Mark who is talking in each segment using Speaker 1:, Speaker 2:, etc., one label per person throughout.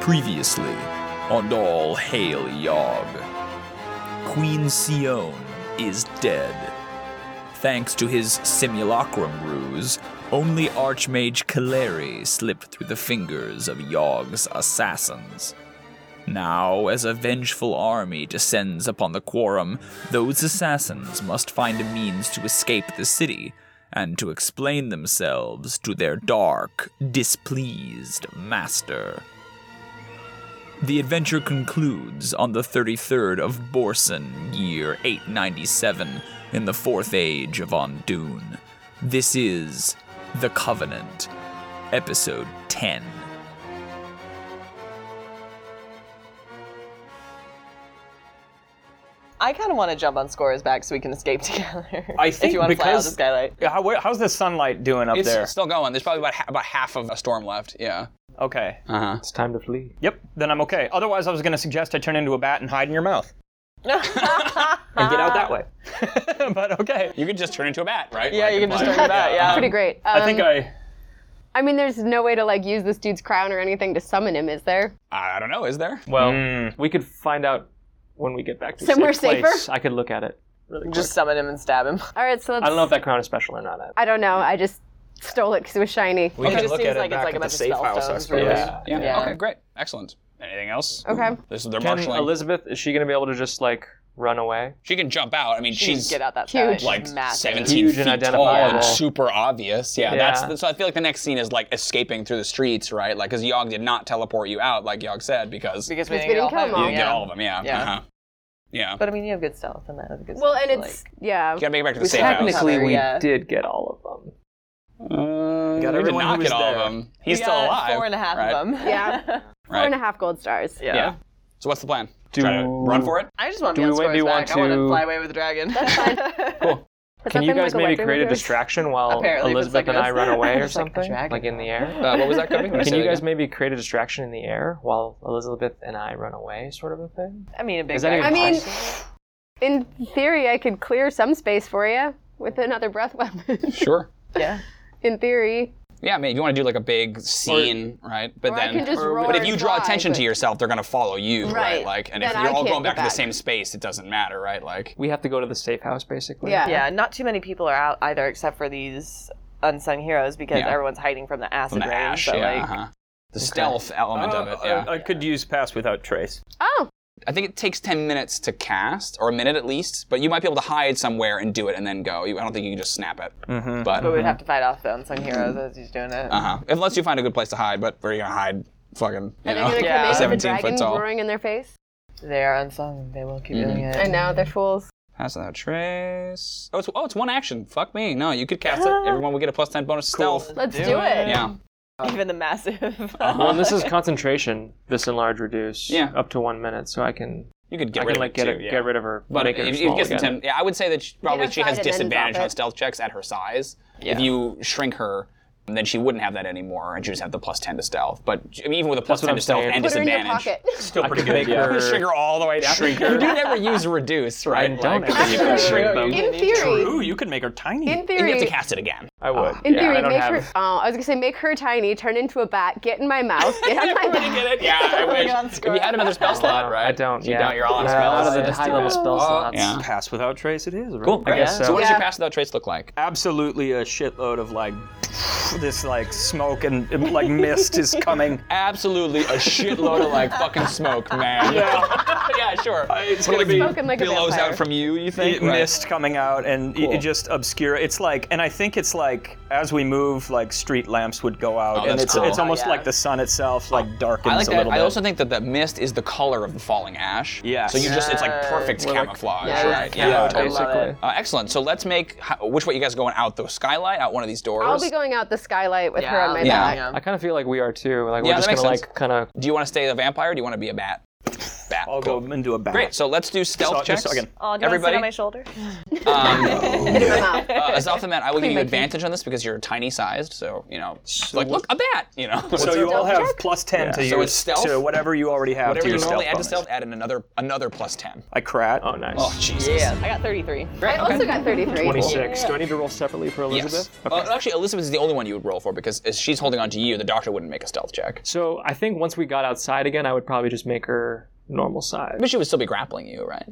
Speaker 1: Previously on All Hail Yog, Queen Sion is dead. Thanks to his simulacrum ruse, only Archmage Kaleri slipped through the fingers of Yog's assassins. Now, as a vengeful army descends upon the quorum, those assassins must find a means to escape the city and to explain themselves to their dark, displeased master. The adventure concludes on the 33rd of Borson, year 897, in the Fourth Age of Ondoon. This is The Covenant, episode 10.
Speaker 2: I kind of want to jump on Score's back so we can escape together.
Speaker 3: I
Speaker 2: if
Speaker 3: think
Speaker 2: you want to fly out of
Speaker 3: because-
Speaker 2: the skylight.
Speaker 3: Yeah, How, where- how's the sunlight doing up
Speaker 4: It's
Speaker 3: there?
Speaker 4: still going. There's probably about ha- about half of a storm left. Yeah.
Speaker 3: Okay.
Speaker 4: Uh huh.
Speaker 5: It's time to flee.
Speaker 3: Yep. Then I'm okay. Otherwise, I was going to suggest I turn into a bat and hide in your mouth and get out that way. but okay.
Speaker 4: You could just turn into a bat, right?
Speaker 2: yeah, you can just turn it out. Yeah.
Speaker 6: Pretty great. Um,
Speaker 3: I think I.
Speaker 6: I mean, there's no way to like use this dude's crown or anything to summon him, is there?
Speaker 4: I don't know. Is there?
Speaker 5: Well,
Speaker 4: Mm.
Speaker 5: we could find out when we get back to
Speaker 6: Somewhere
Speaker 5: safe place.
Speaker 6: safer?
Speaker 5: I could look at it.
Speaker 2: Just summon him and stab him.
Speaker 6: All right, so let's.
Speaker 5: I don't know if that crown is special or not. I-
Speaker 6: I don't know. I just stole it because it was shiny.
Speaker 3: We
Speaker 2: It just seems like it's like a bunch of spell stones, really.
Speaker 5: Yeah.
Speaker 4: Yeah.
Speaker 2: Yeah.
Speaker 4: Okay. Great. Excellent. Anything else?
Speaker 6: Okay.
Speaker 4: This is their
Speaker 5: Can
Speaker 4: marshaling.
Speaker 5: Elizabeth is she gonna be able to just like run away?
Speaker 4: she can jump out. I mean,
Speaker 2: You
Speaker 4: she's
Speaker 2: get out that
Speaker 6: huge.
Speaker 2: skylight.
Speaker 4: like
Speaker 2: Massive.
Speaker 4: 17
Speaker 5: Huge and
Speaker 4: feet tall and
Speaker 5: identifiable.
Speaker 4: super obvious. Yeah,
Speaker 5: Yeah.
Speaker 4: That's so. I feel like the next scene is like escaping through the streets, right? Like, because Yogg did not teleport you out, like Yogg said, because you
Speaker 2: Because we
Speaker 6: Because
Speaker 2: didn't
Speaker 6: we
Speaker 2: get all
Speaker 6: didn't kill
Speaker 2: five
Speaker 6: them
Speaker 2: of
Speaker 6: all.
Speaker 2: them,
Speaker 4: didn't
Speaker 2: yeah.
Speaker 4: get all of them. Yeah.
Speaker 2: Yeah.
Speaker 4: Uh-huh. Yeah.
Speaker 2: But I mean, you have good stealth and that is good
Speaker 6: Well,
Speaker 2: stealth,
Speaker 6: and
Speaker 2: so,
Speaker 6: it's yeah.
Speaker 4: you gotta make it back to the
Speaker 2: We
Speaker 4: safe house.
Speaker 2: technically- Other,
Speaker 5: we
Speaker 2: yeah.
Speaker 5: did get all of them.
Speaker 4: Uh,
Speaker 5: got
Speaker 4: we did
Speaker 5: everyone who
Speaker 4: not
Speaker 5: was
Speaker 4: get all
Speaker 5: there.
Speaker 4: of them. He's
Speaker 2: We
Speaker 4: still
Speaker 2: got
Speaker 4: alive.
Speaker 2: Four and a half
Speaker 4: right?
Speaker 2: of them.
Speaker 6: Yeah.
Speaker 4: Right.
Speaker 6: Four and a half gold stars.
Speaker 2: yeah.
Speaker 4: Yeah. So what's the plan?
Speaker 5: Do-
Speaker 4: Try to run for it.
Speaker 2: I just want to
Speaker 5: Do
Speaker 2: be on Score's
Speaker 5: we- do you
Speaker 2: back.
Speaker 5: want
Speaker 2: I want to
Speaker 5: to-
Speaker 2: fly away with the dragon.
Speaker 6: That's fine.
Speaker 5: Cool.
Speaker 6: Has
Speaker 5: Can
Speaker 6: that
Speaker 5: you
Speaker 6: been,
Speaker 5: guys
Speaker 6: like,
Speaker 5: maybe
Speaker 6: weapon
Speaker 5: create a
Speaker 6: of yours?
Speaker 5: distraction while
Speaker 2: Apparently, if it's
Speaker 5: Elizabeth
Speaker 2: like
Speaker 5: and I
Speaker 2: this.
Speaker 5: run away or
Speaker 2: It's like a
Speaker 5: something,
Speaker 2: dragon.
Speaker 5: like, in the air?
Speaker 4: Uh, what was that, Cody?
Speaker 5: Can you guys maybe create a distraction in the air while Elizabeth and I run away, sort of a thing?
Speaker 2: I mean, a big
Speaker 5: Is that
Speaker 2: dragon.
Speaker 6: I
Speaker 5: even
Speaker 6: mean,
Speaker 5: possible?
Speaker 6: in theory, I could clear some space for you with another breath weapon.
Speaker 4: Sure.
Speaker 2: yeah.
Speaker 6: in theory,
Speaker 4: Yeah, I mean, if you want to do like a big scene, right? But
Speaker 6: or I
Speaker 4: then,
Speaker 6: can just roar.
Speaker 4: but if you
Speaker 6: and
Speaker 4: draw
Speaker 6: fly,
Speaker 4: attention
Speaker 6: but-
Speaker 4: to yourself, they're gonna follow you, right?
Speaker 6: Right.
Speaker 4: Like, and if
Speaker 6: Then
Speaker 4: you're
Speaker 6: I
Speaker 4: all
Speaker 6: can't
Speaker 4: going
Speaker 6: go
Speaker 4: back, to
Speaker 6: back.
Speaker 4: the same space, it doesn't matter, right? Like,
Speaker 5: We have to go to the safe house, basically.
Speaker 6: Yeah.
Speaker 2: Yeah, not too many people are out either, except for these unsung heroes, because
Speaker 4: Yeah.
Speaker 2: everyone's hiding from the acid
Speaker 4: from the
Speaker 2: rain.
Speaker 4: ash,
Speaker 2: so,
Speaker 4: yeah,
Speaker 2: like, Uh,
Speaker 4: uh-huh. the stealth element of it. Yeah,
Speaker 3: I, could use pass without trace.
Speaker 6: Oh,
Speaker 4: I think it takes ten minutes to cast, or a minute at least. But you might be able to hide somewhere and do it, and then go. You, I don't think you can just snap it. But
Speaker 2: Mm-hmm. but we'd
Speaker 4: Mm.
Speaker 2: have to fight off the unsung heroes as he's doing it.
Speaker 4: uh-huh. unless you find a good place to hide, but where are you gonna hide? Fucking, you
Speaker 6: are they
Speaker 4: know,
Speaker 6: gonna
Speaker 2: Yeah.
Speaker 6: come in with a
Speaker 4: 17 foot
Speaker 6: dragon
Speaker 4: tall.
Speaker 6: roaring in their face?
Speaker 2: They are unsung. They will
Speaker 4: Mm-hmm.
Speaker 2: keep doing it.
Speaker 6: I know they're fools.
Speaker 4: Pass without trace. Oh, it's oh, it's one action. Fuck me. No, you could cast it. Everyone will get a plus ten bonus to stealth.
Speaker 6: Let's do it.
Speaker 4: Yeah.
Speaker 2: Even the massive.
Speaker 4: Uh-huh.
Speaker 5: Well, and this is concentration. This enlarge, reduce.
Speaker 4: Yeah.
Speaker 5: Up to one minute, so I can
Speaker 4: You could
Speaker 5: I
Speaker 4: get
Speaker 5: can
Speaker 4: rid
Speaker 5: like
Speaker 4: of
Speaker 5: get
Speaker 4: it
Speaker 5: it-
Speaker 4: too, yeah.
Speaker 5: get rid of her.
Speaker 4: But
Speaker 5: make it
Speaker 4: if,
Speaker 5: small
Speaker 4: if it gets to ten,
Speaker 5: again.
Speaker 4: yeah, I would say that she, probably she
Speaker 6: fight
Speaker 4: has
Speaker 6: it, then drop
Speaker 4: disadvantage on
Speaker 6: it.
Speaker 4: stealth checks at her size. If
Speaker 2: Yeah.
Speaker 4: you shrink her, then she wouldn't have that anymore, and she would just have the plus ten to stealth. But I mean, even with a plus
Speaker 5: what
Speaker 4: ten
Speaker 5: I'm
Speaker 4: to stealth
Speaker 5: saying.
Speaker 4: and
Speaker 6: Put her in your
Speaker 4: disadvantage,
Speaker 6: pocket.
Speaker 3: Still pretty
Speaker 5: could make her-
Speaker 4: shrink her all the way down. Shrink her. You do never use reduce, right?
Speaker 5: I don't
Speaker 4: Like,
Speaker 5: ever
Speaker 4: you
Speaker 5: use
Speaker 4: can
Speaker 5: reduce.
Speaker 4: shrink
Speaker 5: True.
Speaker 4: them.
Speaker 6: in theory,
Speaker 3: Ooh, you could make her tiny.
Speaker 6: in
Speaker 4: And you have to
Speaker 6: theory,
Speaker 4: cast it again.
Speaker 5: I would.
Speaker 6: in
Speaker 5: yeah,
Speaker 6: theory,
Speaker 5: I don't
Speaker 6: make
Speaker 5: have,
Speaker 6: her. Oh, I was gonna say make her tiny, turn into a bat, get in my mouth, get on my
Speaker 4: Everybody
Speaker 6: back.
Speaker 4: get it? Yeah, I
Speaker 2: God,
Speaker 4: wish. If you had another spell slot, right?
Speaker 5: I don't.
Speaker 4: You
Speaker 5: yeah.
Speaker 4: don't. You're all out of
Speaker 5: Yeah,
Speaker 4: spells.
Speaker 5: Out of the
Speaker 4: That's too
Speaker 5: high level
Speaker 4: bad.
Speaker 5: spell slots.
Speaker 4: yeah.
Speaker 3: Pass without trace, it is. Right?
Speaker 5: Cool. I guess
Speaker 2: Yeah.
Speaker 5: so.
Speaker 4: So what does your
Speaker 6: Yeah.
Speaker 4: pass without trace look like?
Speaker 3: Absolutely a shitload of like this like smoke and like mist is coming.
Speaker 4: absolutely a shitload of like fucking smoke, man. Yeah, yeah, sure.
Speaker 3: It's
Speaker 4: But,
Speaker 3: gonna be
Speaker 6: Spoken like a
Speaker 4: billows
Speaker 6: vampire.
Speaker 4: out from you. You think?
Speaker 3: it mist coming out and it- it just obscure. It's like, and I think it's like as we move, like street lamps would go out, and
Speaker 4: that's
Speaker 3: it's
Speaker 4: cool.
Speaker 3: it's
Speaker 4: Oh,
Speaker 3: almost
Speaker 2: yeah.
Speaker 3: like the sun itself like darkens
Speaker 4: I like
Speaker 3: a
Speaker 4: that.
Speaker 3: little
Speaker 4: I
Speaker 3: bit.
Speaker 4: also think that the mist is the color of the falling ash.
Speaker 3: Yes.
Speaker 4: So you just it's like perfect camouflage,
Speaker 2: yeah,
Speaker 4: right?
Speaker 2: yeah, I totally.
Speaker 5: basically.
Speaker 2: love it.
Speaker 4: Uh, excellent. So let's make how- which way you guys going out? The skylight out one of these doors.
Speaker 6: I'll be going out the skylight with her on my
Speaker 4: Yeah.
Speaker 6: back.
Speaker 2: Yeah.
Speaker 5: I kind of feel like we are too. Like
Speaker 4: Yeah,
Speaker 5: we're just
Speaker 4: that makes
Speaker 5: gonna
Speaker 4: sense.
Speaker 5: like kind of
Speaker 4: Do you want to stay a vampire? Or do you want to be a bat? Bat.
Speaker 3: I'll
Speaker 4: Cool.
Speaker 3: go into a bat.
Speaker 4: Great. So let's do
Speaker 3: So,
Speaker 4: stealth
Speaker 3: just
Speaker 4: checks.
Speaker 3: so again,
Speaker 7: Oh, do you
Speaker 4: Everybody?
Speaker 7: want to sit on my shoulder?
Speaker 4: Um,
Speaker 6: Hit him in the mouth.
Speaker 4: uh, as off the mat, I will give you
Speaker 6: my
Speaker 4: advantage on this because you're tiny sized. So you know, like look a bat. You know.
Speaker 3: so you all
Speaker 6: stealth
Speaker 3: have
Speaker 6: check?
Speaker 3: plus ten to
Speaker 4: So
Speaker 3: your
Speaker 4: it's stealth?
Speaker 3: to whatever you already have
Speaker 4: whatever
Speaker 3: to
Speaker 4: you
Speaker 3: your stealth
Speaker 4: normally add to
Speaker 3: bonus.
Speaker 4: stealth, add in another another plus ten.
Speaker 3: I crat.
Speaker 5: Oh, nice.
Speaker 4: Oh Jesus.
Speaker 2: Yeah, I got 33.
Speaker 6: I also got 33.
Speaker 5: 26. Do I need to roll separately for Elizabeth?
Speaker 4: Yes. Uh, actually, Elizabeth is the only one you would roll for because as she's holding on to you, the doctor wouldn't make a stealth check.
Speaker 5: So I think once we got outside again, I would probably just make her normal size.
Speaker 4: But she would still be grappling you, right?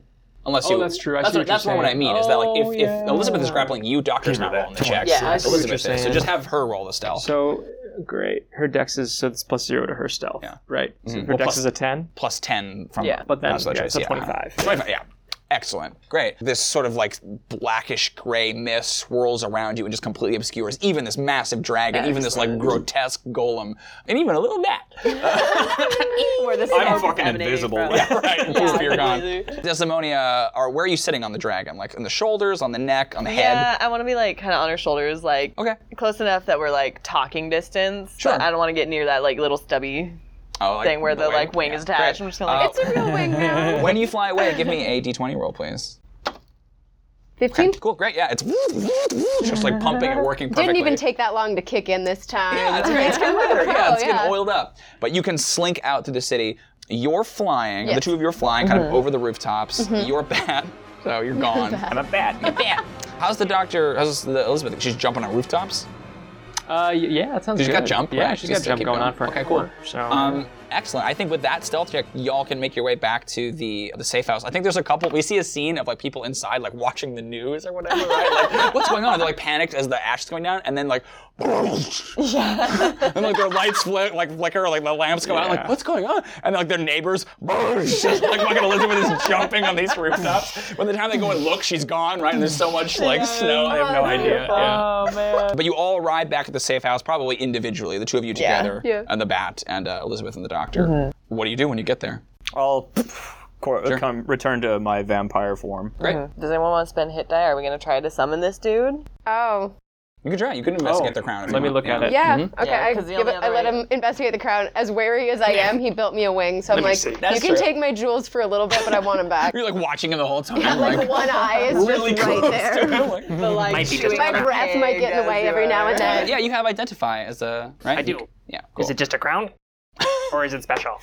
Speaker 4: Unless
Speaker 5: Oh,
Speaker 4: you.
Speaker 5: that's true. I
Speaker 4: that's
Speaker 5: see
Speaker 4: what,
Speaker 5: what you're
Speaker 4: that's what I
Speaker 5: saying.
Speaker 4: mean. is that like if,
Speaker 5: Oh,
Speaker 4: if
Speaker 5: yeah.
Speaker 4: Elizabeth is grappling you, doctor's not rolling the checks.
Speaker 2: Yeah, I see what
Speaker 4: Elizabeth
Speaker 5: you're
Speaker 4: is. So
Speaker 5: saying.
Speaker 4: just have her roll the stealth.
Speaker 5: So great. Her dex is so it's plus zero to her stealth.
Speaker 4: Yeah.
Speaker 5: Right. So her
Speaker 4: Mm-hmm. Well,
Speaker 5: dex
Speaker 4: plus-
Speaker 5: is a ten,
Speaker 4: plus ten from.
Speaker 2: Yeah.
Speaker 5: but then
Speaker 4: That's what
Speaker 5: yeah,
Speaker 4: it
Speaker 5: it's a
Speaker 4: is, yeah.
Speaker 5: twenty-five. Uh,
Speaker 4: 25, yeah. Excellent. Great. This sort of like blackish gray mist swirls around you and just completely obscures even this massive dragon, even this like grotesque golem, and even a little bat.
Speaker 2: Where this
Speaker 3: I'm
Speaker 2: smoke is
Speaker 3: fucking
Speaker 2: emanating
Speaker 3: invisible.
Speaker 2: from.
Speaker 3: Yeah.
Speaker 4: right. Poof, you're gone.
Speaker 2: completely.
Speaker 4: Desdemonia, or where are you sitting on the dragon? Like on the shoulders, on the neck, on the head?
Speaker 2: Yeah, I want to be like kind of on her shoulders, like
Speaker 4: Okay.
Speaker 2: close enough that we're like talking distance.
Speaker 4: Sure.
Speaker 2: But I don't want to get near that like little stubby
Speaker 4: Oh, like
Speaker 2: thing where the like wing Uh,
Speaker 4: yeah.
Speaker 2: is attached.
Speaker 4: Great.
Speaker 2: I'm just gonna like.
Speaker 6: It's a real wing now.
Speaker 4: When you fly away, give me a d20 roll, please.
Speaker 6: 15?
Speaker 4: Cool, great. Yeah, it's just like pumping and working perfectly.
Speaker 6: Didn't even take that long to kick in this time.
Speaker 4: Yeah, it's great. It's getting better. Yeah, it's
Speaker 6: Oh, yeah.
Speaker 4: getting oiled up. But you can slink out through the city. You're flying. The
Speaker 6: Yes.
Speaker 4: two of you are flying, kind of over the rooftops. You're bad, so you're gone.
Speaker 3: I'm a bat.
Speaker 4: Bad. How's the doctor? How's the Elizabeth? She's jumping on rooftops.
Speaker 5: Uh, y- yeah, that sounds
Speaker 4: She's
Speaker 5: good.
Speaker 4: got jump,
Speaker 5: Yeah,
Speaker 4: right?
Speaker 5: she's
Speaker 4: She's
Speaker 5: got jump
Speaker 4: keep
Speaker 5: going,
Speaker 4: going.
Speaker 5: on for
Speaker 4: Okay,
Speaker 5: okay,
Speaker 4: cool.
Speaker 5: cool. So
Speaker 4: Um, excellent. I think with that stealth check, y'all can make your way back to the the safe house. I think there's a couple. We see a scene of like people inside, like watching the news or whatever. Right? Like, what's going on? They're like panicked as the ash is going down, and then like, and like their lights flick, like flicker, like the lamps go out. Like,
Speaker 5: Yeah.
Speaker 4: what's going on? And like their neighbors, just, like fucking Elizabeth is jumping on these rooftops. By the time they go and look, she's gone. Right? And there's so much like snow. They have no idea. Yeah.
Speaker 2: Oh man.
Speaker 4: But you all arrive back at the safe house, probably individually, the two of you
Speaker 2: Yeah.
Speaker 4: together,
Speaker 6: Yeah.
Speaker 4: and the bat, and uh, Elizabeth and the doctor. What do you do when you get there?
Speaker 3: I'll cor- come return to my vampire form.
Speaker 4: Great.
Speaker 2: Does anyone want to spend hit die? Are we gonna try to summon this dude?
Speaker 6: Oh.
Speaker 4: You can try. You can investigate the crown. if
Speaker 5: Oh, let
Speaker 4: you
Speaker 5: me
Speaker 4: want.
Speaker 5: look at it.
Speaker 6: Yeah.
Speaker 4: Mm-hmm.
Speaker 6: Okay.
Speaker 2: Yeah,
Speaker 6: I,
Speaker 2: 'cause the
Speaker 6: give
Speaker 2: only
Speaker 6: it, I let
Speaker 2: other way-
Speaker 6: him investigate the crown. As wary as I am, he built me a wing, so I'm like, you
Speaker 4: That's true.
Speaker 6: can take my jewels for a little bit, but I want them back.
Speaker 4: You're like watching him the whole time.
Speaker 6: like, one eye is
Speaker 4: really
Speaker 6: just right
Speaker 4: close
Speaker 6: there.
Speaker 4: to him, like-
Speaker 2: The like chewing
Speaker 6: My breath might get in the
Speaker 2: egg
Speaker 6: way
Speaker 2: as
Speaker 6: every
Speaker 2: you
Speaker 6: now
Speaker 2: are.
Speaker 6: and then.
Speaker 4: yeah, you have identify as a right.
Speaker 8: I do.
Speaker 4: Yeah. Cool.
Speaker 8: Is it just a crown? Or is it special?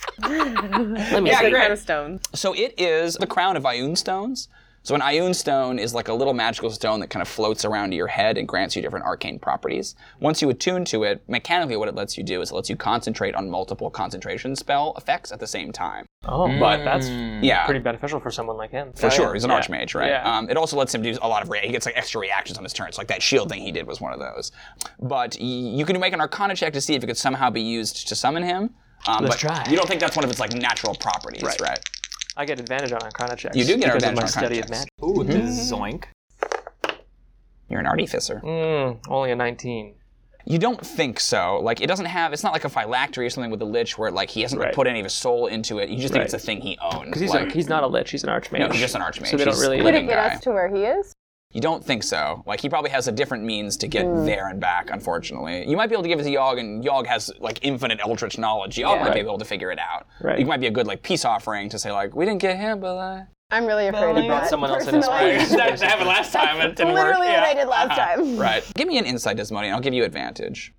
Speaker 4: yeah,
Speaker 2: Like
Speaker 4: great.
Speaker 2: Crown of Stones.
Speaker 4: So it is the crown of Ioun stones. So an Ioun stone is like a little magical stone that kind of floats around your head and grants you different arcane properties. Once you attune to it, mechanically what it lets you do is it lets you concentrate on multiple concentration spell effects at the same time.
Speaker 5: Oh, but that's
Speaker 4: mm. Yeah.
Speaker 5: pretty beneficial for someone like him.
Speaker 4: for sure, he's an archmage, right?
Speaker 5: Yeah.
Speaker 4: Um, it also lets him do a lot of rea- he gets like extra reactions on his turns. Like that shield thing he did was one of those. But y- you can make an Arcana check to see if it could somehow be used to summon him. Um, but
Speaker 5: Let's try.
Speaker 4: You don't think that's one of its like natural properties, right?
Speaker 5: I get advantage on Arcana checks.
Speaker 4: You do get
Speaker 5: because
Speaker 4: advantage
Speaker 5: of my
Speaker 4: on Mm-hmm. Arcana
Speaker 5: study
Speaker 4: checks.
Speaker 5: of magic.
Speaker 8: Ooh, zoink.
Speaker 4: You're an artificer.
Speaker 5: Mm, only a 19.
Speaker 4: You don't think so. Like it doesn't have. It's not like a phylactery or something with the lich where like he hasn't
Speaker 5: Right.
Speaker 4: put any of his soul into it. You just think
Speaker 5: Right.
Speaker 4: it's a thing he owns.
Speaker 5: Because he's,
Speaker 4: like,
Speaker 5: a, he's not a lich, he's an archmage.
Speaker 4: no, he's just an archmage.
Speaker 5: So they don't
Speaker 4: He's
Speaker 5: really-
Speaker 4: a
Speaker 5: Could
Speaker 6: Could
Speaker 4: living
Speaker 6: it get
Speaker 4: guy.
Speaker 6: us to where he is?
Speaker 4: You don't think so. Like he probably has a different means to get there and back, unfortunately. You might be able to give it to Yogg, and Yogg has like infinite eldritch knowledge. Yogg might be able to figure it out.
Speaker 5: Right.
Speaker 4: You might be a good like peace offering to say like, we didn't get him, but uh,
Speaker 6: I'm really afraid of that.
Speaker 5: someone else in his
Speaker 6: personally.
Speaker 5: way.
Speaker 4: that, that happened last time. and It didn't work.
Speaker 6: Literally what
Speaker 4: Yeah.
Speaker 6: I
Speaker 4: Uh-huh.
Speaker 6: did last time.
Speaker 4: Right. Give me an insight, Desmodian. I'll give you advantage.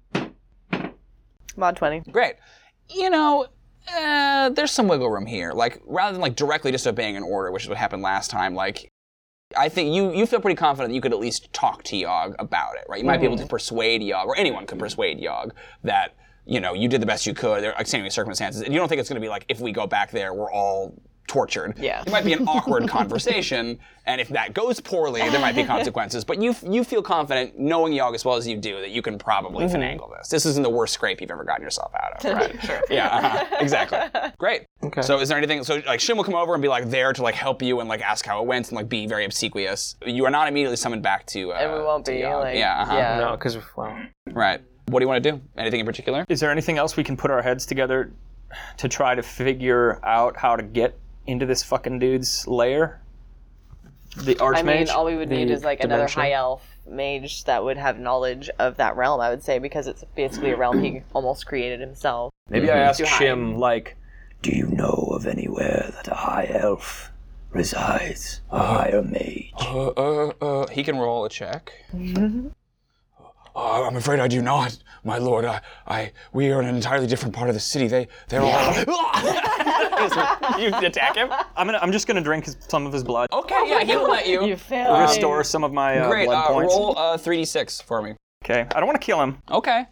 Speaker 2: Mod 20.
Speaker 4: Great. You know, uh, there's some wiggle room here. Like rather than like directly disobeying an order, which is what happened last time, like I think you you feel pretty confident that you could at least talk to Yogg about it, right? You might be able to persuade Yogg, or anyone could persuade Yogg that you know you did the best you could. There are extenuating circumstances. And you don't think it's going to be like if we go back there, we're all tortured.
Speaker 2: Yeah.
Speaker 4: It might be an awkward conversation, and if that goes poorly, there might be consequences. But you you feel confident, knowing Yogg as well as you do, that you can probably finagle this. This isn't the worst scrape you've ever gotten yourself out of. Right? sure. Yeah. uh-huh. Exactly. Great.
Speaker 5: Okay.
Speaker 4: So is there anything? So like Shim will come over and be like there to like help you and like ask how it went and like be very obsequious. You are not immediately summoned back to. Uh,
Speaker 2: And we won't
Speaker 4: to
Speaker 2: be
Speaker 4: Yogg.
Speaker 2: like
Speaker 4: yeah. Uh-huh.
Speaker 2: yeah.
Speaker 5: No, because, well,
Speaker 4: Right. What do you want to do? Anything in particular?
Speaker 3: Is there anything else we can put our heads together to try to figure out how to get into this fucking dude's lair? The archmage.
Speaker 2: I mean, all we would
Speaker 5: the
Speaker 2: need is like another
Speaker 5: dimension.
Speaker 2: high elf mage that would have knowledge of that realm. I would say because it's basically a realm he almost created himself.
Speaker 3: Maybe I ask
Speaker 2: high.
Speaker 3: Shim like,
Speaker 7: Do you know of anywhere that a high elf resides? A higher mage?
Speaker 4: Uh, uh, uh, he can roll a check. Uh, I'm afraid I do not, my lord. I, I, we are in an entirely different part of the city. They, they're all.
Speaker 3: you attack him? I'm gonna. I'm just gonna drink his, some of his blood.
Speaker 4: okay, yeah, he'll let you.
Speaker 2: You failed.
Speaker 3: Restore some of my uh,
Speaker 4: Oh, Great.
Speaker 3: blood
Speaker 4: Uh,
Speaker 3: points.
Speaker 4: roll uh, 3d6 for me.
Speaker 3: Okay. I don't want to kill him.
Speaker 4: Okay.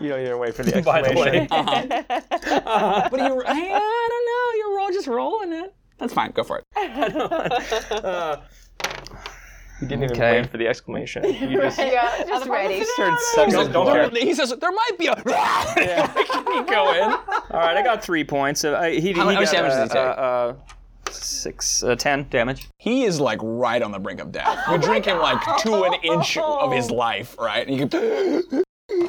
Speaker 5: You don't even wait for the
Speaker 8: By the
Speaker 5: explanation.
Speaker 8: way,
Speaker 4: But you, I don't know. You're roll, just rolling it. That's fine. Go for it.
Speaker 5: You didn't even
Speaker 3: Okay.
Speaker 5: wait for the exclamation. You just
Speaker 6: Yeah, just ready.
Speaker 3: Turn sucking his blood.
Speaker 4: He says there might be a. you go in.
Speaker 3: All right. I got three points. Uh, I, he,
Speaker 4: How
Speaker 3: he
Speaker 4: much
Speaker 3: got,
Speaker 4: damage does he take?
Speaker 3: Uh, uh, six, uh, ten damage.
Speaker 4: He is like right on the brink of death. You're drinking like to an inch of his life, right? And you can.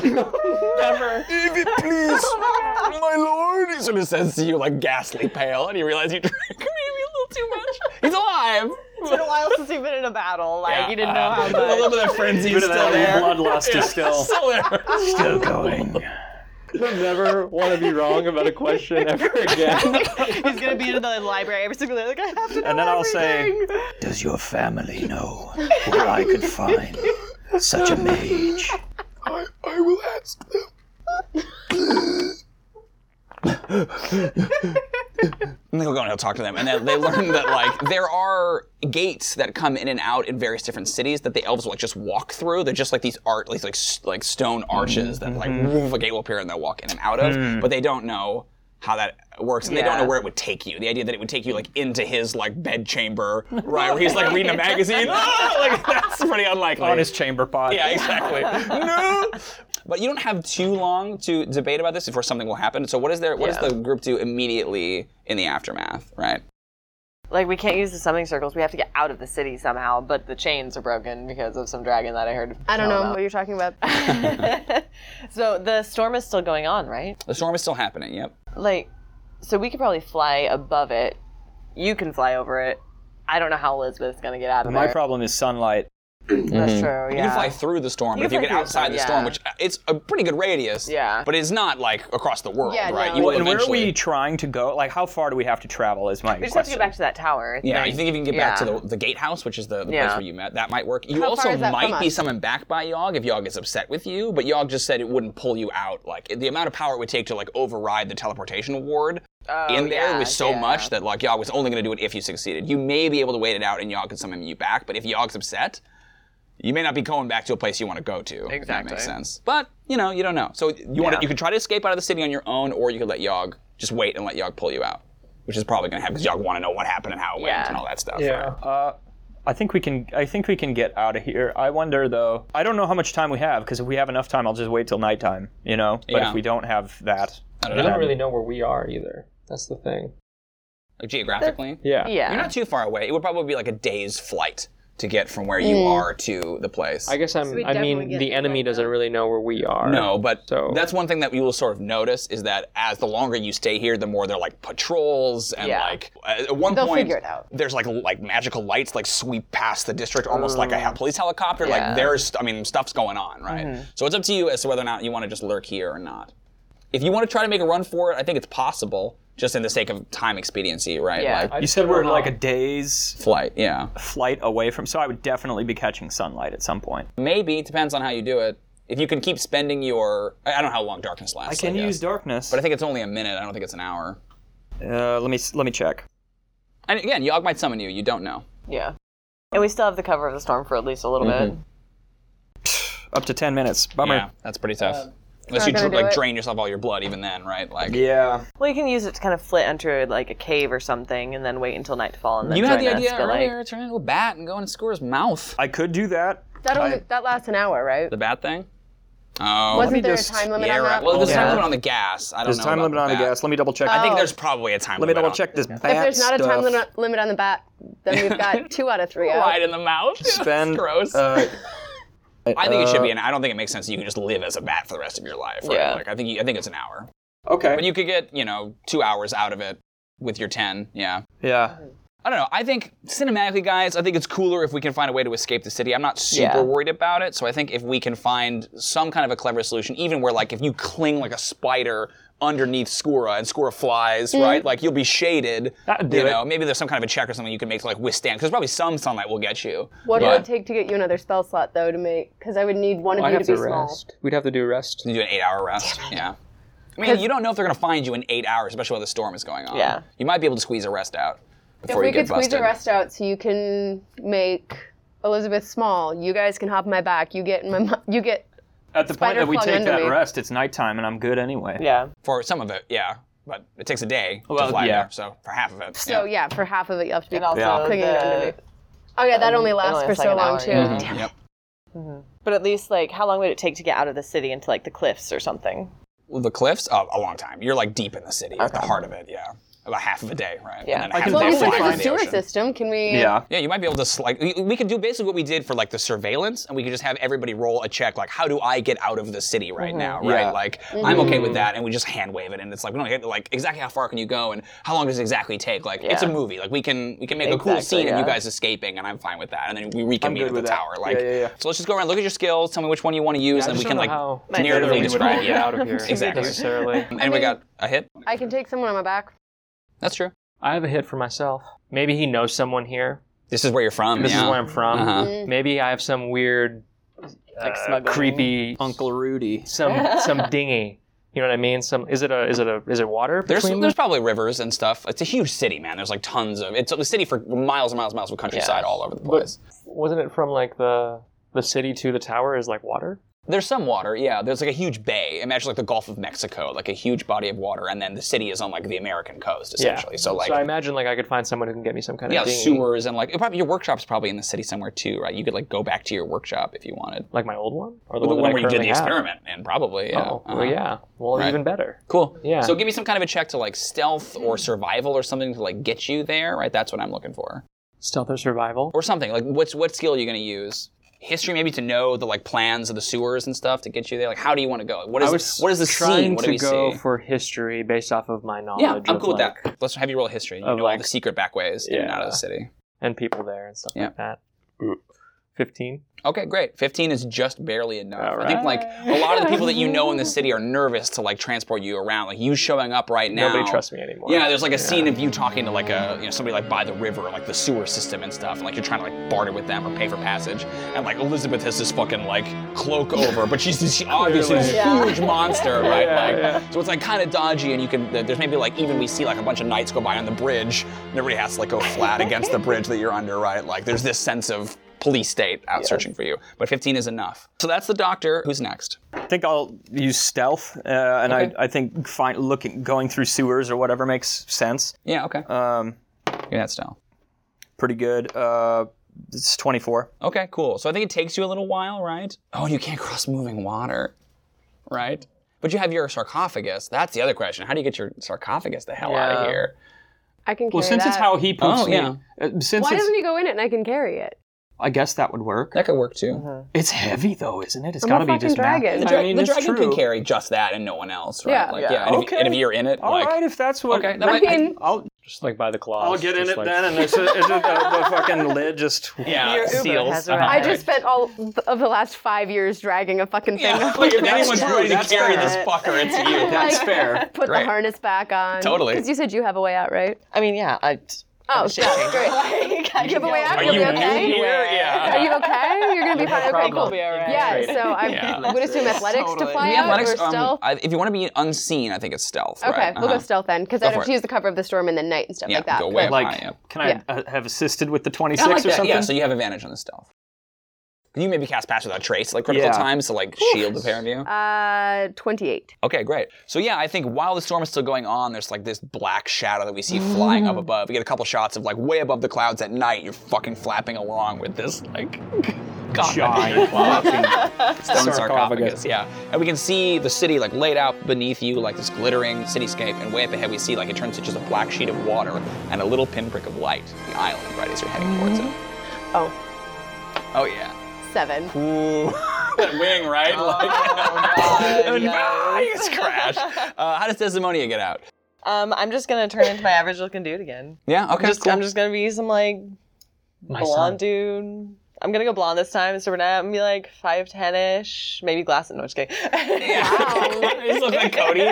Speaker 4: Never. David, please, my lord. He sort of says to you like ghastly pale, and you realize you drank maybe a little too much. He's alive.
Speaker 2: It's been a while since you've been in a battle. Like,
Speaker 4: Yeah,
Speaker 2: you didn't know
Speaker 4: uh,
Speaker 2: how
Speaker 4: A little
Speaker 2: much.
Speaker 4: bit of frenzy is
Speaker 3: Bit of
Speaker 4: still
Speaker 3: that
Speaker 4: there.
Speaker 3: bloodlust is still.
Speaker 4: Still there.
Speaker 7: Still going.
Speaker 5: You'll never want to be wrong about a question ever again.
Speaker 2: He's going to be in the library every single day. Like, I have to know
Speaker 3: And then I'll say,
Speaker 2: everything."
Speaker 7: Does your family know where I could find such a mage?
Speaker 4: I, I will ask them. and they'll go and he'll talk to them, and then they learn that like there are gates that come in and out in various different cities that the elves will like just walk through. They're just like these art, these like s- like stone arches that like woof, a gate will appear and they'll walk in and out of. But they don't know how that works, and they don't know
Speaker 2: Yeah.
Speaker 4: where it would take you. The idea that it would take you like into his like bedchamber, right, where he's like reading a magazine, Ah! like that's pretty unlikely.
Speaker 3: on his chamber pot.
Speaker 4: Yeah, exactly. no. But you don't have too long to debate about this before something will happen. So what is their what does
Speaker 2: Yeah.
Speaker 4: the group do immediately in the aftermath, right?
Speaker 2: Like, we can't use the summoning circles. We have to get out of the city somehow, but the chains are broken because of some dragon that I heard.
Speaker 6: I don't know
Speaker 2: tell
Speaker 6: what you're talking about.
Speaker 2: about. so, the storm is still going on, right?
Speaker 4: The storm is still happening, yep.
Speaker 2: like so we could probably fly above it you can fly over it i don't know how elizabeth's gonna get out of
Speaker 3: My
Speaker 2: there
Speaker 3: problem is sunlight.
Speaker 2: that's true yeah
Speaker 4: Mm-hmm. You fly through the storm,
Speaker 2: You
Speaker 4: but if you
Speaker 2: fly
Speaker 4: get
Speaker 2: through the
Speaker 4: outside the storm,
Speaker 2: storm, yeah.
Speaker 4: which uh, it's a pretty good radius.
Speaker 2: Yeah.
Speaker 4: But it's not like across the world,
Speaker 6: Yeah,
Speaker 4: right?
Speaker 6: no.
Speaker 4: You will
Speaker 6: Well,
Speaker 3: And where are
Speaker 4: eventually-
Speaker 3: we trying to go? Like, how far do we have to travel? Is my
Speaker 2: we just have to
Speaker 3: question.
Speaker 2: get back to that tower It's
Speaker 4: Yeah,
Speaker 2: nice.
Speaker 4: you think if you can get back to
Speaker 2: Yeah.
Speaker 4: the, the gatehouse, which is the, the place
Speaker 2: Yeah.
Speaker 4: where you met, that might work. You
Speaker 6: How
Speaker 4: also
Speaker 6: far is that
Speaker 4: might
Speaker 6: from
Speaker 4: be
Speaker 6: us?
Speaker 4: summoned back by Yogg if Yogg is upset with you, but Yogg just said it wouldn't pull you out. Like the amount of power it would take to like override the teleportation ward
Speaker 6: Oh,
Speaker 4: in there
Speaker 2: yeah,
Speaker 4: was so
Speaker 2: yeah.
Speaker 4: much that like Yogg was only going to do it if you succeeded. You may be able to wait it out and Yogg could summon you back, but if Yogg's upset, you may not be going back to a place you want to go to. Exactly. That makes sense. But you know, you don't know. So you want to, you could try to escape out of the city on your own, or you could let Yogg just wait and let Yogg pull you out, which is probably going to happen because Yogg want to know what happened and how it went
Speaker 2: Yeah.
Speaker 4: and all that stuff.
Speaker 5: yeah.
Speaker 3: I think we can. I think we can get out of here. I wonder though. I don't know how much time we have because if we have enough time, I'll just wait till nighttime. You know. But
Speaker 4: Yeah.
Speaker 3: if we don't have that,
Speaker 4: I don't
Speaker 5: You
Speaker 4: know.
Speaker 5: don't really know where we are either. That's the thing.
Speaker 4: Like, geographically,
Speaker 5: Yeah.
Speaker 2: yeah
Speaker 4: you're not too far away. It would probably be like a day's flight to get from where you are to the place.
Speaker 5: I guess I'm.
Speaker 6: So we'd
Speaker 5: I
Speaker 6: definitely
Speaker 5: mean,
Speaker 6: get
Speaker 5: the
Speaker 6: there
Speaker 5: enemy
Speaker 6: right
Speaker 5: doesn't
Speaker 6: now.
Speaker 5: really know where we are.
Speaker 4: No, but
Speaker 5: So-
Speaker 4: that's one thing that you will sort of notice is that as the longer you stay here, the more they're like patrols and
Speaker 2: Yeah.
Speaker 4: like at at one
Speaker 6: They'll
Speaker 4: point
Speaker 6: figure it out.
Speaker 4: there's like like magical lights like sweep past the district almost like a
Speaker 6: Mm.
Speaker 4: he- police helicopter. Like there's I mean stuff's going on, right?
Speaker 6: Mm-hmm.
Speaker 4: So it's up to you as to whether or not you want to just lurk here or not. If you want to try to make a run for it, I think it's possible, just in the sake of time expediency, right?
Speaker 2: Yeah.
Speaker 4: Like
Speaker 3: you said we're like a day's
Speaker 4: flight, yeah.
Speaker 3: flight away from. So I would definitely be catching sunlight at some point.
Speaker 4: Maybe it depends on how you do it. If you can keep spending your, I I don't know how long darkness lasts.
Speaker 3: I can
Speaker 4: guess.
Speaker 3: use darkness.
Speaker 4: but I think it's only a minute. I don't think it's an hour.
Speaker 3: uh, let me let me check.
Speaker 4: And again, Yogg might summon you. You don't know.
Speaker 2: yeah and we still have the cover of the storm for at least a little bit
Speaker 4: Mm-hmm.
Speaker 3: Up to ten minutes.
Speaker 4: Yeah,
Speaker 3: Bummer.
Speaker 4: that's pretty tough. Unless you
Speaker 6: not Uh, gonna
Speaker 4: dr-
Speaker 6: do
Speaker 4: like
Speaker 6: it.
Speaker 4: drain yourself all your blood, even then, right? Like
Speaker 3: Yeah.
Speaker 2: well you can use it to kind of flit into like a cave or something and then wait until nightfall and then
Speaker 4: you had
Speaker 2: join
Speaker 4: the
Speaker 2: us,
Speaker 4: idea
Speaker 2: but, like,
Speaker 4: earlier, to turn into a bat and go and score his mouth.
Speaker 3: I could do that.
Speaker 6: That only, that lasts an hour, right?
Speaker 4: The bat thing. Oh,
Speaker 6: Wasn't there
Speaker 3: just-
Speaker 6: a time limit
Speaker 4: yeah,
Speaker 6: on
Speaker 4: right.
Speaker 6: that?
Speaker 4: Well, there's a time
Speaker 2: Yeah.
Speaker 4: limit on the gas. I don't
Speaker 3: There's a
Speaker 4: know.
Speaker 3: time
Speaker 4: about
Speaker 3: limit on the
Speaker 4: bat.
Speaker 3: gas. Let me double check.
Speaker 4: I think there's probably a time
Speaker 3: Let me
Speaker 4: limit.
Speaker 3: double
Speaker 4: on-
Speaker 3: check this. Bat
Speaker 6: if there's not a time
Speaker 3: stuff.
Speaker 6: limit, limit on the bat, then we've got two out of three out.
Speaker 4: Right in the mouth.
Speaker 3: Spend.
Speaker 4: That's gross.
Speaker 3: Uh,
Speaker 4: I think it should be an. I don't think it makes sense. that You can just live as a bat for the rest of your life. Right?
Speaker 2: Yeah.
Speaker 4: Like I think you, I think it's an hour.
Speaker 3: uh, okay.
Speaker 4: But you could get, you know, two hours out of it with your 10. Yeah.
Speaker 3: yeah.
Speaker 4: I don't know. I think cinematically, guys, I think it's cooler if we can find a way to escape the city. I'm not super
Speaker 2: Yeah.
Speaker 4: worried about it. So I think if we can find some kind of a clever solution, even where, like, if you cling like a spider underneath Skura, and Skura flies, right? Like you'll be shaded.
Speaker 3: That'd do
Speaker 4: you
Speaker 3: it.
Speaker 4: know, maybe there's some kind of a check or something you can make to like withstand. Because probably some sunlight will get you.
Speaker 6: What
Speaker 4: but
Speaker 6: would it take to get you another spell slot though to make? Because I would need one of
Speaker 3: I
Speaker 6: you
Speaker 3: have to
Speaker 6: to be
Speaker 3: rest.
Speaker 6: small.
Speaker 3: We'd have to do rest.
Speaker 4: You do an eight-hour rest. Yeah. I mean, you don't know if they're gonna find you in eight hours, especially while the storm is going on.
Speaker 2: Yeah.
Speaker 4: You might be able to squeeze a rest out
Speaker 6: If
Speaker 4: before
Speaker 6: we
Speaker 4: you get
Speaker 6: could squeeze
Speaker 4: busted.
Speaker 6: the rest out, so you can make Elizabeth small. You guys can hop on my back. You get in my. mu- You get.
Speaker 3: At the point
Speaker 6: Spider
Speaker 3: that we
Speaker 6: plug
Speaker 3: take
Speaker 6: into
Speaker 3: that
Speaker 6: me.
Speaker 3: rest, it's nighttime and I'm good anyway.
Speaker 2: Yeah.
Speaker 4: For some of it, yeah. But it takes a day
Speaker 3: Well,
Speaker 4: to fly
Speaker 3: yeah.
Speaker 4: there, so for half of it.
Speaker 6: So oh, yeah, for half of it, you have to be
Speaker 2: And also
Speaker 3: Yeah.
Speaker 6: clinging
Speaker 2: the-
Speaker 6: onto me. Oh yeah, that
Speaker 2: um,
Speaker 6: only
Speaker 2: it
Speaker 6: lasts
Speaker 2: only lasts
Speaker 6: for so
Speaker 2: like an
Speaker 6: long
Speaker 2: hour,
Speaker 6: too.
Speaker 2: yeah.
Speaker 6: Damn.
Speaker 4: Yep.
Speaker 2: But at least, like, how long would it take to get out of the city into like the cliffs or something?
Speaker 4: Well, the cliffs, oh, a long time. You're like deep in the city, at the heart of it. Yeah, about half of a day, right?
Speaker 2: Yeah.
Speaker 4: And then
Speaker 3: I
Speaker 4: half
Speaker 3: can
Speaker 4: of
Speaker 6: Well,
Speaker 4: a
Speaker 6: we
Speaker 4: day
Speaker 3: definitely
Speaker 6: still
Speaker 4: flying
Speaker 6: have
Speaker 4: in
Speaker 6: the
Speaker 4: the
Speaker 6: sewer
Speaker 4: ocean.
Speaker 6: system. Can we?
Speaker 3: Yeah.
Speaker 4: Yeah, you might be able to s- like we, we could do basically what we did for like the surveillance, and we could just have everybody roll a check like how do I get out of the city right now, right?
Speaker 3: Mm-hmm. Yeah.
Speaker 4: Like
Speaker 5: Mm-hmm.
Speaker 4: I'm okay with that, and we just hand wave it, and it's like we don't get like exactly how far can you go and how long does it exactly take? Like it's a
Speaker 2: Yeah.
Speaker 4: movie, like we can we can make a cool
Speaker 2: Exactly,
Speaker 4: scene of you
Speaker 2: yeah.
Speaker 4: guys escaping, and I'm fine with that, and then we reconvene
Speaker 3: good
Speaker 4: at the
Speaker 3: with that.
Speaker 4: tower. Like
Speaker 3: Yeah, yeah, yeah.
Speaker 4: so, let's just go around, look at your skills, tell me which one you want to use, and we can like
Speaker 2: Might be
Speaker 5: whether we
Speaker 4: narratively
Speaker 5: would all
Speaker 4: describe
Speaker 5: get
Speaker 4: yeah.
Speaker 5: out of here
Speaker 4: Exactly.
Speaker 5: Oh, necessarily.
Speaker 4: And we got a hit.
Speaker 6: I can take someone on my back.
Speaker 4: That's true.
Speaker 5: I have a hit for myself. Maybe he knows someone here.
Speaker 4: This is where you're from.
Speaker 5: This
Speaker 4: yeah.
Speaker 5: is where I'm from.
Speaker 4: Uh-huh.
Speaker 5: Maybe I have some weird,
Speaker 2: Like
Speaker 5: uh,
Speaker 2: smuggling.
Speaker 5: creepy,
Speaker 3: Uncle Rudy.
Speaker 5: some some dinghy. You know what I mean? Some is it a is it a is it water?
Speaker 4: There's
Speaker 5: between-
Speaker 4: there's probably rivers and stuff. It's a huge city, man. There's like tons of it's a city for miles and miles and miles of countryside all over the place.
Speaker 5: wasn't it from like the the city to the tower is like water?
Speaker 4: There's some water, yeah. There's like a huge bay. Imagine like the Gulf of Mexico, like a huge body of water, and then the city is on like the American coast essentially. So like
Speaker 5: so I imagine like I could find someone who can get me some kind
Speaker 4: yeah,
Speaker 5: of dinghy,
Speaker 4: sewers and like it probably, your workshop's probably in the city somewhere too, right? You could like go back to your workshop if you wanted.
Speaker 5: like my old one or
Speaker 4: The, one,
Speaker 5: that I
Speaker 4: where you did the
Speaker 5: currently have.
Speaker 4: experiment, and probably yeah.
Speaker 5: Oh,
Speaker 4: Uh-huh.
Speaker 5: well, yeah. Well,
Speaker 4: Right.
Speaker 5: even better.
Speaker 4: Cool.
Speaker 5: Yeah.
Speaker 4: So give me some kind of a check to like stealth or survival or something to like get you there, right? That's what I'm looking for.
Speaker 5: Stealth or survival.
Speaker 4: or something like what's what skill are you going to use history maybe to know the like plans of the sewers and stuff to get you there like how do you want to go what is what is the
Speaker 5: trying
Speaker 4: scene what
Speaker 5: to
Speaker 4: do we
Speaker 5: go
Speaker 4: see
Speaker 5: for history based off of my knowledge.
Speaker 4: yeah i'm
Speaker 5: of,
Speaker 4: cool with
Speaker 5: like,
Speaker 4: that let's have you roll history you
Speaker 5: of,
Speaker 4: know all
Speaker 5: like-
Speaker 4: the secret back ways in and out of the
Speaker 5: Yeah.
Speaker 4: city
Speaker 5: And people there and stuff
Speaker 4: Yeah.
Speaker 5: like that. Fifteen.
Speaker 4: okay great 15 is just barely enough
Speaker 5: All
Speaker 4: i think like a lot of the people that you know in the city are nervous to like transport you around like you showing up right now
Speaker 5: Nobody trusts me anymore.
Speaker 4: yeah, there's like a scene of you talking to like a you know somebody like by the river, like the sewer system and stuff, and like you're trying to like barter with them or pay for passage, and like Elizabeth has this fucking like cloak over, but she's this, she obviously this huge monster, right? like, so it's like kind of dodgy, and you can there- there's maybe like even we see like a bunch of knights go by on the bridge, and everybody has to like go flat against the bridge that you're under, right? Like there's this sense of police state out searching for you, but 15 is enough. So that's the doctor. Who's next?
Speaker 3: I think I'll use stealth, uh, and I, I think find, looking, going through sewers or whatever makes sense.
Speaker 4: Yeah, okay.
Speaker 3: Um,
Speaker 4: You're that style.
Speaker 3: pretty good. Uh, it's 24.
Speaker 4: Okay, cool. So I think it takes you a little while, right? Oh, and you can't cross moving water, right? But you have your sarcophagus. That's the other question. How do you get your sarcophagus the hell out of
Speaker 5: Yeah.
Speaker 4: here?
Speaker 6: I can carry
Speaker 3: Well, since
Speaker 6: that.
Speaker 3: it's how he poops
Speaker 4: Oh,
Speaker 3: me,
Speaker 4: yeah.
Speaker 3: uh, since
Speaker 6: Why
Speaker 3: it's,
Speaker 6: doesn't he go in it and I can carry it?
Speaker 3: I guess that would work.
Speaker 4: That could work too.
Speaker 6: Mm-hmm.
Speaker 3: It's heavy though, isn't it? It's
Speaker 6: I'm
Speaker 3: got to
Speaker 6: a
Speaker 3: be
Speaker 6: fucking
Speaker 3: just ma-
Speaker 6: dragon. The
Speaker 4: Dra-
Speaker 3: I mean,
Speaker 4: the
Speaker 3: it's
Speaker 4: dragon
Speaker 3: true.
Speaker 4: can carry just that and no one else, right?
Speaker 6: Yeah.
Speaker 4: Like,
Speaker 2: Yeah.
Speaker 4: And, if,
Speaker 3: Okay.
Speaker 4: and if you're in it,
Speaker 3: All
Speaker 4: like,
Speaker 3: right, if that's what.
Speaker 4: okay, that
Speaker 6: I
Speaker 4: might, I-
Speaker 6: mean,
Speaker 3: I'll
Speaker 5: Just like by the claws.
Speaker 4: Oh,
Speaker 3: I'll get in
Speaker 5: just
Speaker 3: it
Speaker 5: like-
Speaker 3: then, and is it, is it the, the fucking lid just?
Speaker 4: yeah,
Speaker 2: Your Uber
Speaker 4: seals.
Speaker 2: has
Speaker 4: Uh-huh.
Speaker 2: arrived.
Speaker 6: I just spent all th- of the last five years dragging a fucking thing.
Speaker 4: Yeah,
Speaker 6: up.
Speaker 4: like if anyone's
Speaker 3: true.
Speaker 4: ready to
Speaker 3: That's
Speaker 4: carry
Speaker 3: fair.
Speaker 4: this fucker, it's you.
Speaker 3: That's fair.
Speaker 6: Put
Speaker 4: Great.
Speaker 6: the harness back on.
Speaker 4: Totally.
Speaker 6: Because you said you have a way out, right?
Speaker 2: I mean, yeah. I,
Speaker 6: Oh,
Speaker 2: shit.
Speaker 6: yeah, great. you have a way out.
Speaker 4: Are
Speaker 6: You'll
Speaker 4: you
Speaker 6: be
Speaker 4: new
Speaker 6: okay.
Speaker 4: here?
Speaker 6: Are
Speaker 4: Yeah.
Speaker 6: you okay? You're gonna be fine. Okay,
Speaker 5: problem.
Speaker 6: cool. Yeah. So I
Speaker 4: Yeah.
Speaker 6: would assume athletics to
Speaker 2: Totally.
Speaker 6: fly
Speaker 4: The
Speaker 6: out
Speaker 4: athletics,
Speaker 6: or
Speaker 4: um,
Speaker 6: stealth.
Speaker 4: I- if you want to be unseen, I think it's stealth.
Speaker 6: okay,
Speaker 4: right?
Speaker 6: we'll go
Speaker 4: Uh-huh.
Speaker 6: stealth then, because
Speaker 4: Go
Speaker 6: I'd
Speaker 4: for
Speaker 6: have to
Speaker 4: it.
Speaker 6: use the cover of the storm in the night and stuff
Speaker 4: Yeah,
Speaker 6: like that.
Speaker 4: go way
Speaker 6: Cool.
Speaker 4: up.
Speaker 3: Like,
Speaker 4: Fine, yep.
Speaker 3: can I
Speaker 6: Yeah.
Speaker 3: uh, have assisted with the 26
Speaker 4: I like
Speaker 3: or
Speaker 4: that,
Speaker 3: something?
Speaker 4: Yeah, so you have advantage on the stealth. You maybe cast pass without trace, like critical
Speaker 3: Yeah.
Speaker 4: times to like shield the pair of you.
Speaker 6: Uh, 28.
Speaker 4: Okay, great. So yeah, I think while the storm is still going on, there's like this black shadow that we see flying up above. We get a couple shots of like way above the clouds at night. You're fucking flapping along with this like god
Speaker 3: Giant fucking-
Speaker 4: stone sarcophagus.
Speaker 3: sarcophagus.
Speaker 4: Yeah, and we can see the city like laid out beneath you, like this glittering cityscape. And way up ahead, we see like it turns to just a black sheet of water and a little pinprick of light, the island, right as you're heading towards it.
Speaker 6: Oh,
Speaker 4: Oh yeah.
Speaker 6: seven.
Speaker 4: Ooh, that wing, right? like, and ah, you just crash. Uh, how does Desdemonia get out?
Speaker 2: Um, I'm just gonna turn into my average looking dude again.
Speaker 4: Yeah, okay,
Speaker 2: I'm just,
Speaker 4: cool.
Speaker 2: I'm just gonna be some like
Speaker 5: My son.
Speaker 2: blonde dude. I'm gonna go blonde this time, so we're gonna be like five ten ish, maybe glasses. No, just kidding.
Speaker 3: He's looking like Cody.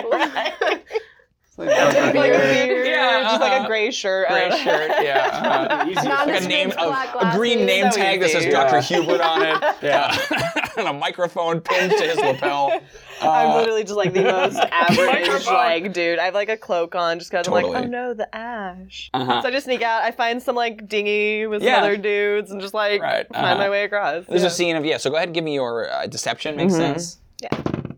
Speaker 2: like a beard,
Speaker 4: Yeah,
Speaker 2: just like
Speaker 4: uh-huh.
Speaker 2: a gray shirt. I
Speaker 4: Gray
Speaker 2: don't know.
Speaker 4: shirt,
Speaker 2: uh,
Speaker 4: yeah.
Speaker 3: Easy.
Speaker 4: Like a name,
Speaker 6: Nondescript
Speaker 4: a,
Speaker 6: black
Speaker 4: a
Speaker 6: glasses.
Speaker 4: green name
Speaker 2: So
Speaker 4: tag that says
Speaker 2: easy.
Speaker 4: Dr.
Speaker 3: Yeah.
Speaker 4: Hubert on it,
Speaker 3: Yeah.
Speaker 4: and a microphone pinned to his lapel.
Speaker 2: I'm
Speaker 4: Uh,
Speaker 2: literally just like the most average like dude. I have like a cloak on just because I'm like,
Speaker 4: Totally.
Speaker 2: oh no, the ash.
Speaker 4: Uh-huh.
Speaker 2: So I just sneak out. I find some like dinghy with
Speaker 4: Yeah.
Speaker 2: some other dudes and just like
Speaker 4: Right, uh-huh.
Speaker 2: find my way across.
Speaker 4: There's a scene of yeah. So go ahead and give me your uh, deception. Makes
Speaker 2: Mm-hmm.
Speaker 4: sense.
Speaker 2: Yeah.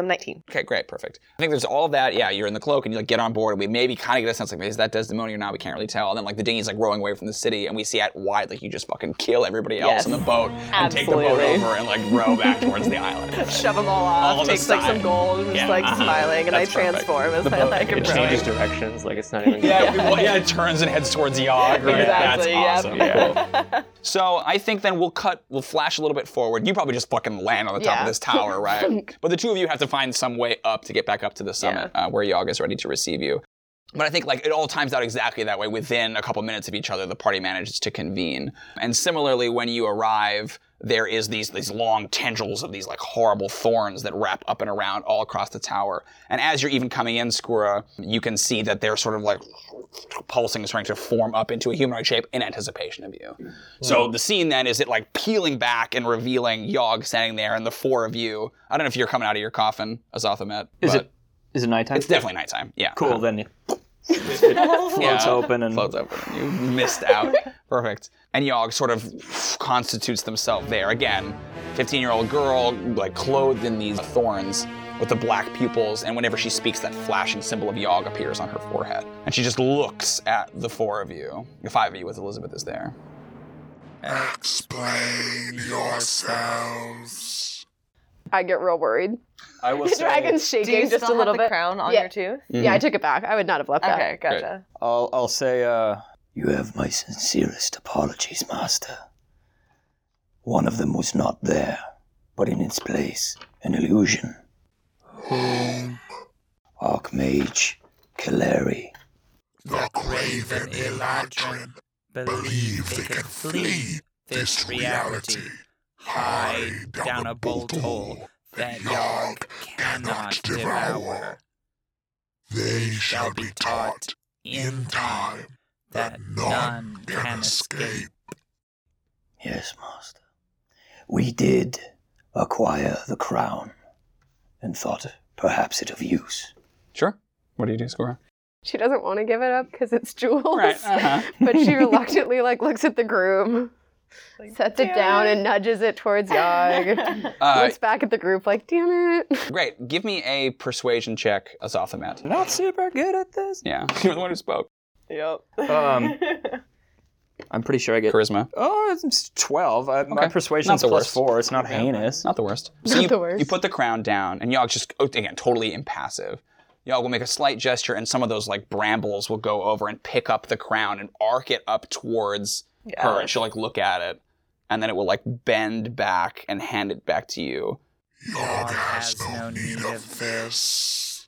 Speaker 2: Um, 19.
Speaker 4: Okay, great, perfect. I think there's all that. Yeah, you're in the cloak and you like get on board, and we maybe kind of get a sense like is that Desdemona or not? We can't really tell. And then like the dinghy's like rowing away from the city, and we see at wide like you just fucking kill everybody else
Speaker 2: Yes.
Speaker 4: on the boat and take the boat
Speaker 2: Absolutely.
Speaker 4: over and like row back towards the island.
Speaker 2: Shove them all off.
Speaker 4: All of a
Speaker 2: takes like some
Speaker 4: sudden.
Speaker 2: gold and
Speaker 4: Yeah,
Speaker 2: just like
Speaker 4: uh-huh.
Speaker 2: smiling, and
Speaker 4: That's
Speaker 2: I
Speaker 4: perfect.
Speaker 2: transform as I like
Speaker 5: It
Speaker 2: approach.
Speaker 5: changes directions. Like it's not even.
Speaker 4: Yeah, well, yeah, it turns and heads towards Yog. Right?
Speaker 2: Exactly,
Speaker 4: That's awesome.
Speaker 2: yep.
Speaker 4: Cool. So I think then we'll cut, we'll flash a little bit forward. You probably just fucking land on the top
Speaker 2: Yeah.
Speaker 4: of this tower, right? but the two of you have to find some way up to get back up to the summit uh, where Yog is ready to receive you. But I think like it all times out exactly that way. Within a couple minutes of each other, the party manages to convene. And similarly, when you arrive, there is these these long tendrils of these like horrible thorns that wrap up and around all across the tower. And as you're even coming in, Skura, you can see that they're sort of like pulsing and starting to form up into a humanoid shape in anticipation of you. So the scene then is it like peeling back and revealing Yogg standing there and the four of you. I don't know if you're coming out of your coffin, Azothamet.
Speaker 3: Is
Speaker 4: but
Speaker 3: it is it nighttime?
Speaker 4: It's definitely nighttime. Yeah.
Speaker 3: cool. Then it floats
Speaker 4: Yeah.
Speaker 3: open and
Speaker 4: Close up. You missed out. Perfect. And Yogg sort of constitutes themselves there again. 15-year-old girl, like clothed in these thorns with the black pupils, and whenever she speaks, that flashing symbol of Yogg appears on her forehead. And she just looks at the four of you. The five of you with Elizabeth is there.
Speaker 9: Explain yourselves.
Speaker 6: I get real worried.
Speaker 3: I will
Speaker 6: The dragon's
Speaker 2: Do
Speaker 6: shaking
Speaker 2: you
Speaker 6: just
Speaker 2: still
Speaker 6: a little
Speaker 2: have
Speaker 6: bit.
Speaker 2: the crown on
Speaker 6: Yeah.
Speaker 2: your tooth?
Speaker 6: Yeah,
Speaker 4: Mm-hmm.
Speaker 6: I took it back. I would not have left that.
Speaker 2: Okay, gotcha.
Speaker 3: I'll I'll say uh
Speaker 7: You have my sincerest apologies, Master. One of them was not there, but in its place, an illusion.
Speaker 9: Whom
Speaker 7: Archmage Kaleri.
Speaker 9: the craven Eladrin believe they can flee this reality. Hide down a bolt hole that Yog cannot devour. They shall be taught in time that none can escape.
Speaker 7: Yes, Master. We did acquire the crown, and thought perhaps it of use.
Speaker 4: Sure. What do you do, Score?
Speaker 6: She doesn't want to give it up because it's jewels.
Speaker 4: uh-huh.
Speaker 6: but she reluctantly like looks at the groom, sets it down, and nudges it towards Yog.
Speaker 4: Uh,
Speaker 6: looks back at the group like, damn it.
Speaker 4: great. Give me a persuasion check, Azothamat.
Speaker 3: not super good at this.
Speaker 4: Yeah. You're the one who spoke.
Speaker 2: Yep.
Speaker 3: Um, I'm pretty sure I get.
Speaker 4: Charisma.
Speaker 3: Oh, it's 12. I, My
Speaker 4: Okay. Not
Speaker 3: persuasion's
Speaker 4: the
Speaker 3: plus
Speaker 4: worst.
Speaker 3: four. It's not heinous.
Speaker 4: Not the worst. So
Speaker 6: Not
Speaker 4: you,
Speaker 6: the worst.
Speaker 4: you put the crown down, and Yogg just oh, again totally impassive. Yogg will make a slight gesture, and some of those like brambles will go over and pick up the crown and arc it up towards her, and she'll like look at it, and then it will like bend back and hand it back to you.
Speaker 9: Yog has no need of this.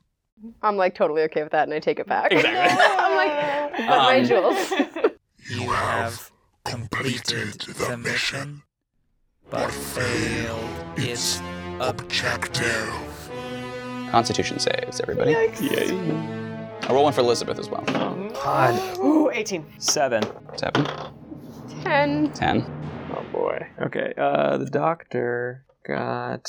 Speaker 6: I'm like totally okay with that, and I take it back. I'm like, but my
Speaker 4: Um,
Speaker 6: jewels.
Speaker 9: You have completed the mission, but failed its objective.
Speaker 4: Constitution saves everybody. I roll one for Elizabeth as well.
Speaker 2: Ooh, 18.
Speaker 3: Seven.
Speaker 4: Seven,
Speaker 6: Ten.
Speaker 4: ten.
Speaker 5: Oh boy. Okay. Uh, the doctor got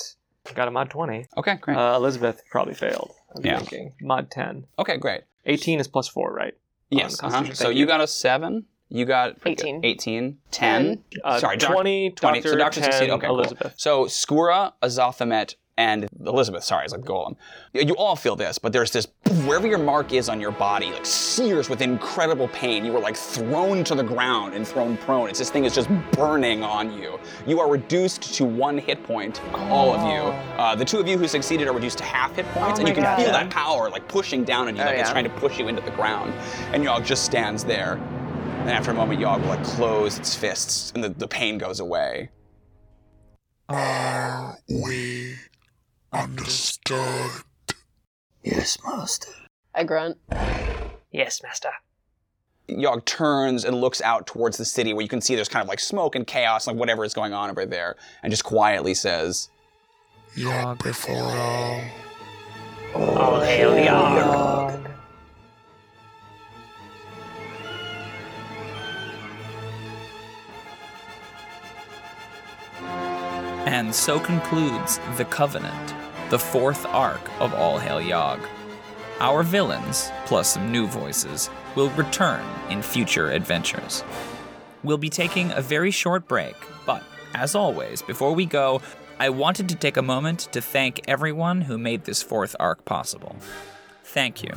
Speaker 5: got a mod twenty.
Speaker 4: Okay, great.
Speaker 5: Uh, Elizabeth probably failed. I'm
Speaker 4: Yeah.
Speaker 5: thinking mod ten.
Speaker 4: okay, great.
Speaker 5: 18 is plus four, right?
Speaker 4: Yes.
Speaker 5: On
Speaker 4: uh-huh.
Speaker 5: Constitution,
Speaker 4: So
Speaker 5: thank
Speaker 4: you got a seven. You got pretty good.
Speaker 2: Eighteen.
Speaker 4: 18, 10.
Speaker 5: Uh,
Speaker 4: Sorry, doc-
Speaker 5: 20,
Speaker 4: 20.
Speaker 5: Doctor,
Speaker 4: so Doctor
Speaker 5: 10,
Speaker 4: succeed. Okay, cool.
Speaker 5: Elizabeth.
Speaker 4: So Skura, Azothamet, and Elizabeth, sorry, is like the golem. You all feel this, but there's this wherever your mark is on your body, like sears with incredible pain. You were like thrown to the ground and thrown prone. It's this thing is just burning on you. You are reduced to one hit point, all of you. Uh, the two of you who succeeded are reduced to half hit points, and you can feel that power like pushing down on you, like it's
Speaker 2: yeah.
Speaker 4: trying to push you into the ground. And Yogg just stands there. And after a moment, Yogg will like close its fists, and the, the pain goes away.
Speaker 9: Are we understood?
Speaker 7: Yes, Master.
Speaker 6: I grunt.
Speaker 8: Yes, master.
Speaker 4: Yogg turns and looks out towards the city where you can see there's kind of like smoke and chaos, like whatever is going on over there, and just quietly says,
Speaker 9: Yog before all.
Speaker 7: Oh, hail Yog.
Speaker 1: And so concludes The Covenant, the fourth arc of All Hail Yog. Our villains, plus some new voices, will return in future adventures. We'll be taking a very short break, but as always, before we go, I wanted to take a moment to thank everyone who made this fourth arc possible. Thank you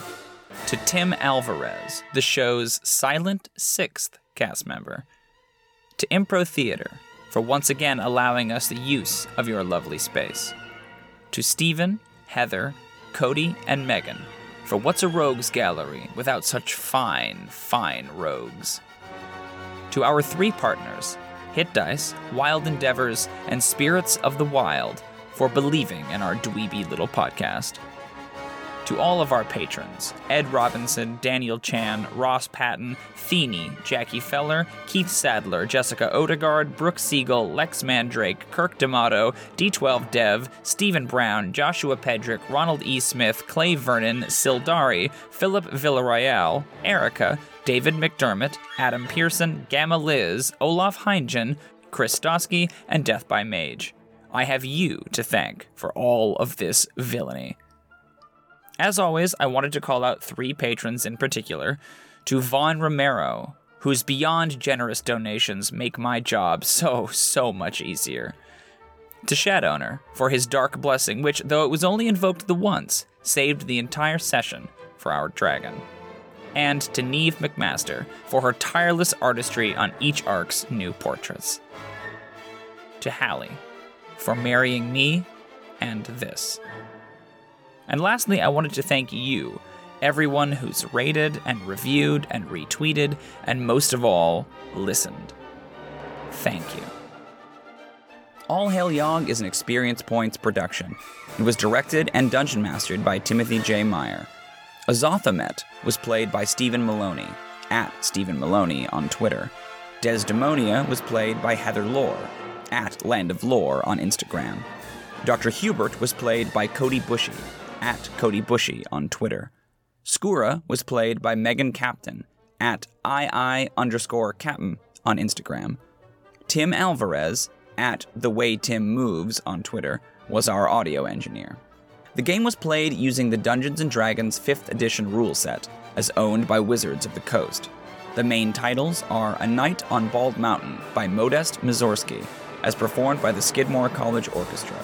Speaker 1: to Tim Alvarez, the show's silent sixth cast member, to Impro Theater for once again allowing us the use of your lovely space. To Stephen, Heather, Cody, and Megan for What's a Rogues Gallery without such fine, fine rogues. To our three partners, Hit Dice, Wild Endeavors, and Spirits of the Wild for believing in our dweeby little podcast to all of our patrons Ed Robinson, Daniel Chan, Ross Patton, Feeney, Jackie Feller, Keith Sadler, Jessica Odegaard, Brooke Siegel, Lex Mandrake, Kirk D'Amato, D12 Dev, Stephen Brown, Joshua Pedrick, Ronald E. Smith, Clay Vernon, Sildari, Philip Villarreal, Erica, David McDermott, Adam Pearson, Gamma Liz, Olaf Heinjen, Chris Dostky, and Death by Mage. I have you to thank for all of this villainy. As always, I wanted to call out three patrons in particular to Vaughn Romero, whose beyond generous donations make my job so, so much easier. To Shadowner for his dark blessing, which, though it was only invoked the once, saved the entire session for our dragon. And to Neve McMaster for her tireless artistry on each arc's new portraits. To Hallie for marrying me and this. And lastly, I wanted to thank you, everyone who's rated and reviewed and retweeted, and most of all, listened. Thank you. All Hail Yog is an Experience Points production. It was directed and dungeon mastered by Timothy J. Meyer. Azothamet was played by Stephen Maloney, at Stephen Maloney on Twitter. Desdemonia was played by Heather Lore, at Land of Lore on Instagram. Dr. Hubert was played by Cody Bushy, at Cody Bushy on Twitter. Skura was played by Megan Captain, at II underscore Captain on Instagram. Tim Alvarez, at The Way Tim Moves on Twitter, was our audio engineer. The game was played using the Dungeons and Dragons 5th edition rule set, as owned by Wizards of the Coast. The main titles are A Night on Bald Mountain by Modest Mussorgsky, as performed by the Skidmore College Orchestra.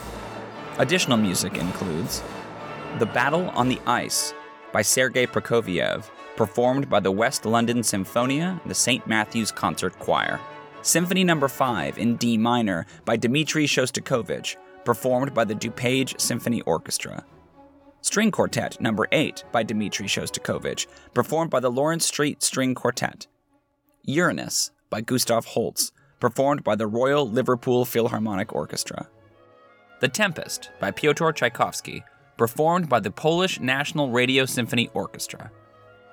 Speaker 1: Additional music includes the Battle on the Ice by Sergei Prokofiev, performed by the West London Symphonia and the St. Matthew's Concert Choir. Symphony Number 5 in D minor by Dmitri Shostakovich, performed by the DuPage Symphony Orchestra. String Quartet Number 8 by Dmitri Shostakovich, performed by the Lawrence Street String Quartet. Uranus by Gustav Holst, performed by the Royal Liverpool Philharmonic Orchestra. The Tempest by Pyotr Tchaikovsky, performed by the Polish National Radio Symphony Orchestra.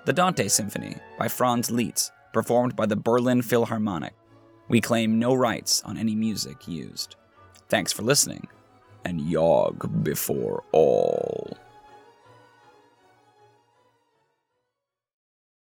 Speaker 1: The Dante Symphony by Franz Liszt, performed by the Berlin Philharmonic. We claim no rights on any music used. Thanks for listening, and yog before all.